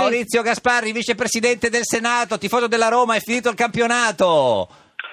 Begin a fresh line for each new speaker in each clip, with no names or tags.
Maurizio Gasparri, vicepresidente del Senato, tifoso della Roma, è finito il campionato.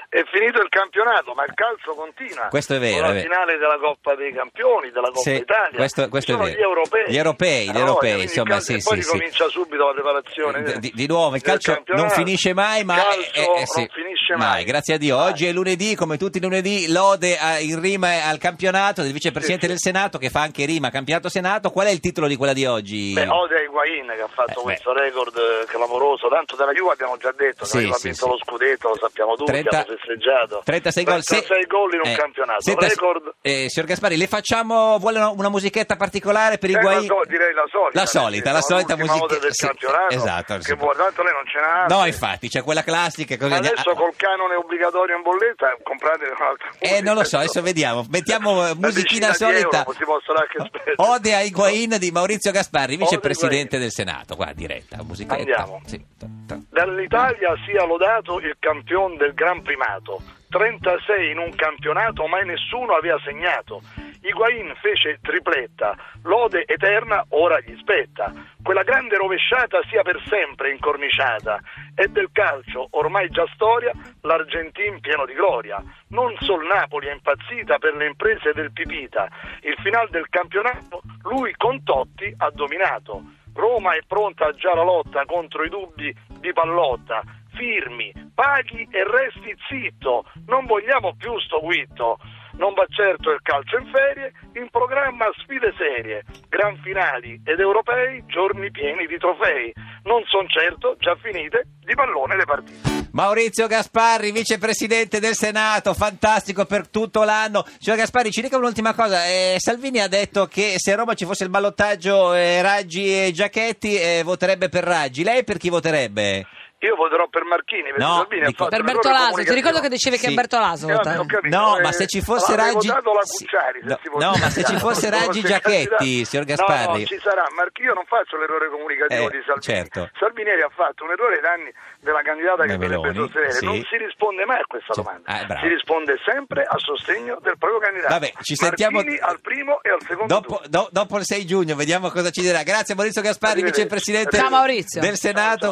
È finito il campionato, ma il calcio continua.
Questo è vero,
Con
è
la
vero.
finale della Coppa dei Campioni, della Coppa
Sì,
Italia.
questo- questo è
Ci sono
vero.
gli europei.
Gli europei, gli
Ah, no,
europei,
quindi il
insomma,
calcio-
sì,
e poi
sì,
ricomincia subito la preparazione.
Eh, Di, di nuovo, il
del
calcio non
campionato.
finisce mai, ma
Il
eh,
calcio
eh, sì.
non finisce mai. Ah,
Mai, grazie a Dio. Oggi è lunedì, come tutti i lunedì, lode a- in rima al campionato del vicepresidente
Sì,
del Senato che fa anche rima campionato Senato. Qual è il titolo di quella di oggi?
Beh, odia Higuain che ha fatto
Eh,
questo record eh, clamoroso, tanto della Juve abbiamo già detto,
Sì,
che aveva
sì,
vinto
sì.
lo scudetto, lo sappiamo tutti, abbiamo festeggiato.
36 gol, se-
36 gol in un
eh,
campionato,
senta,
record.
eh, signor Gaspari, le facciamo vuole una, una musichetta particolare per
Eh,
i guai?
la so- direi la solita,
La solita,
perché
la
sono
solita
l'ultima
musichetta
ode del
sì,
campionato,
Esatto,
che
sì.
vuole- tanto lei non ce n'ha altre.
No, infatti, c'è quella classica così
Ah, Ma
andiamo-
adesso col canone obbligatorio in bolletta eh, comprate un'altra musica.
Eh, non lo so, adesso vediamo. Mettiamo eh,
Una
musichina
decina di
solita.
euro, si possono anche spendere.
Ode a Higuain di Maurizio Gasparri,
Ode
vicepresidente
Higuain.
del Senato. Qua diretta, musichetta.
Andiamo.
Sì. Ta- ta-
Dall'Italia sia lodato il campione del Gran Primato. 36 in un campionato mai nessuno aveva segnato. Higuain fece tripletta, lode eterna ora gli spetta. Quella grande rovesciata sia per sempre incorniciata. E del calcio, ormai già storia, l'Argentin pieno di gloria. Non sol Napoli è impazzita per le imprese del Pipita. Il final del campionato lui con Totti ha dominato. Roma è pronta già la lotta contro i dubbi di Pallotta. Firmi, paghi e resti zitto. Non vogliamo più sto guitto. Non va certo il calcio in ferie, in programma sfide serie, gran finali ed europei, giorni pieni di trofei. Non son certo, già finite, di pallone le partite.
Maurizio Gasparri, vicepresidente del Senato, fantastico per tutto l'anno. Signor Gasparri, ci dica un'ultima cosa. Eh, Salvini ha detto che se a Roma ci fosse il ballottaggio eh, Raggi e Giachetti eh, voterebbe per Raggi. Lei per chi voterebbe?
Io voterò per Marchini, perché
No,
Salvini ha
dico-
fatto
Per
un
Per
errore
Bertolaso, ti
comunicativo.
ricordo che dicevi
Sì.
che è Bertolaso
Eh,
votava.
ho capito,
No,
eh,
ma se ci fosse
avrei
Raggi
votato la
Sì.
Cucciari, se
No,
si fosse
no, ma se
candidata,
ci fosse
se fosse
Raggi
candidata.
Giacchetti, signor
No,
Gasparri.
no, ci sarà, Marchi, io non faccio l'errore comunicativo
Eh,
di Salvini.
certo.
Salvinieri ha fatto un errore ai danni della candidata che
Come
dovrebbe
Meloni,
sostenere.
sì.
Non si risponde mai a questa
Cioè,
domanda.
ah, bravo.
si risponde sempre a sostegno del proprio candidato.
Vabbè, ci sentiamo
Marchini al primo e al secondo
dopo,
turno.
do- dopo il 6 giugno, vediamo cosa ci dirà. Grazie Maurizio Gasparri,
Arrivederci.
vicepresidente
Ciao, Maurizio.
del Senato.
Ciao, ciao.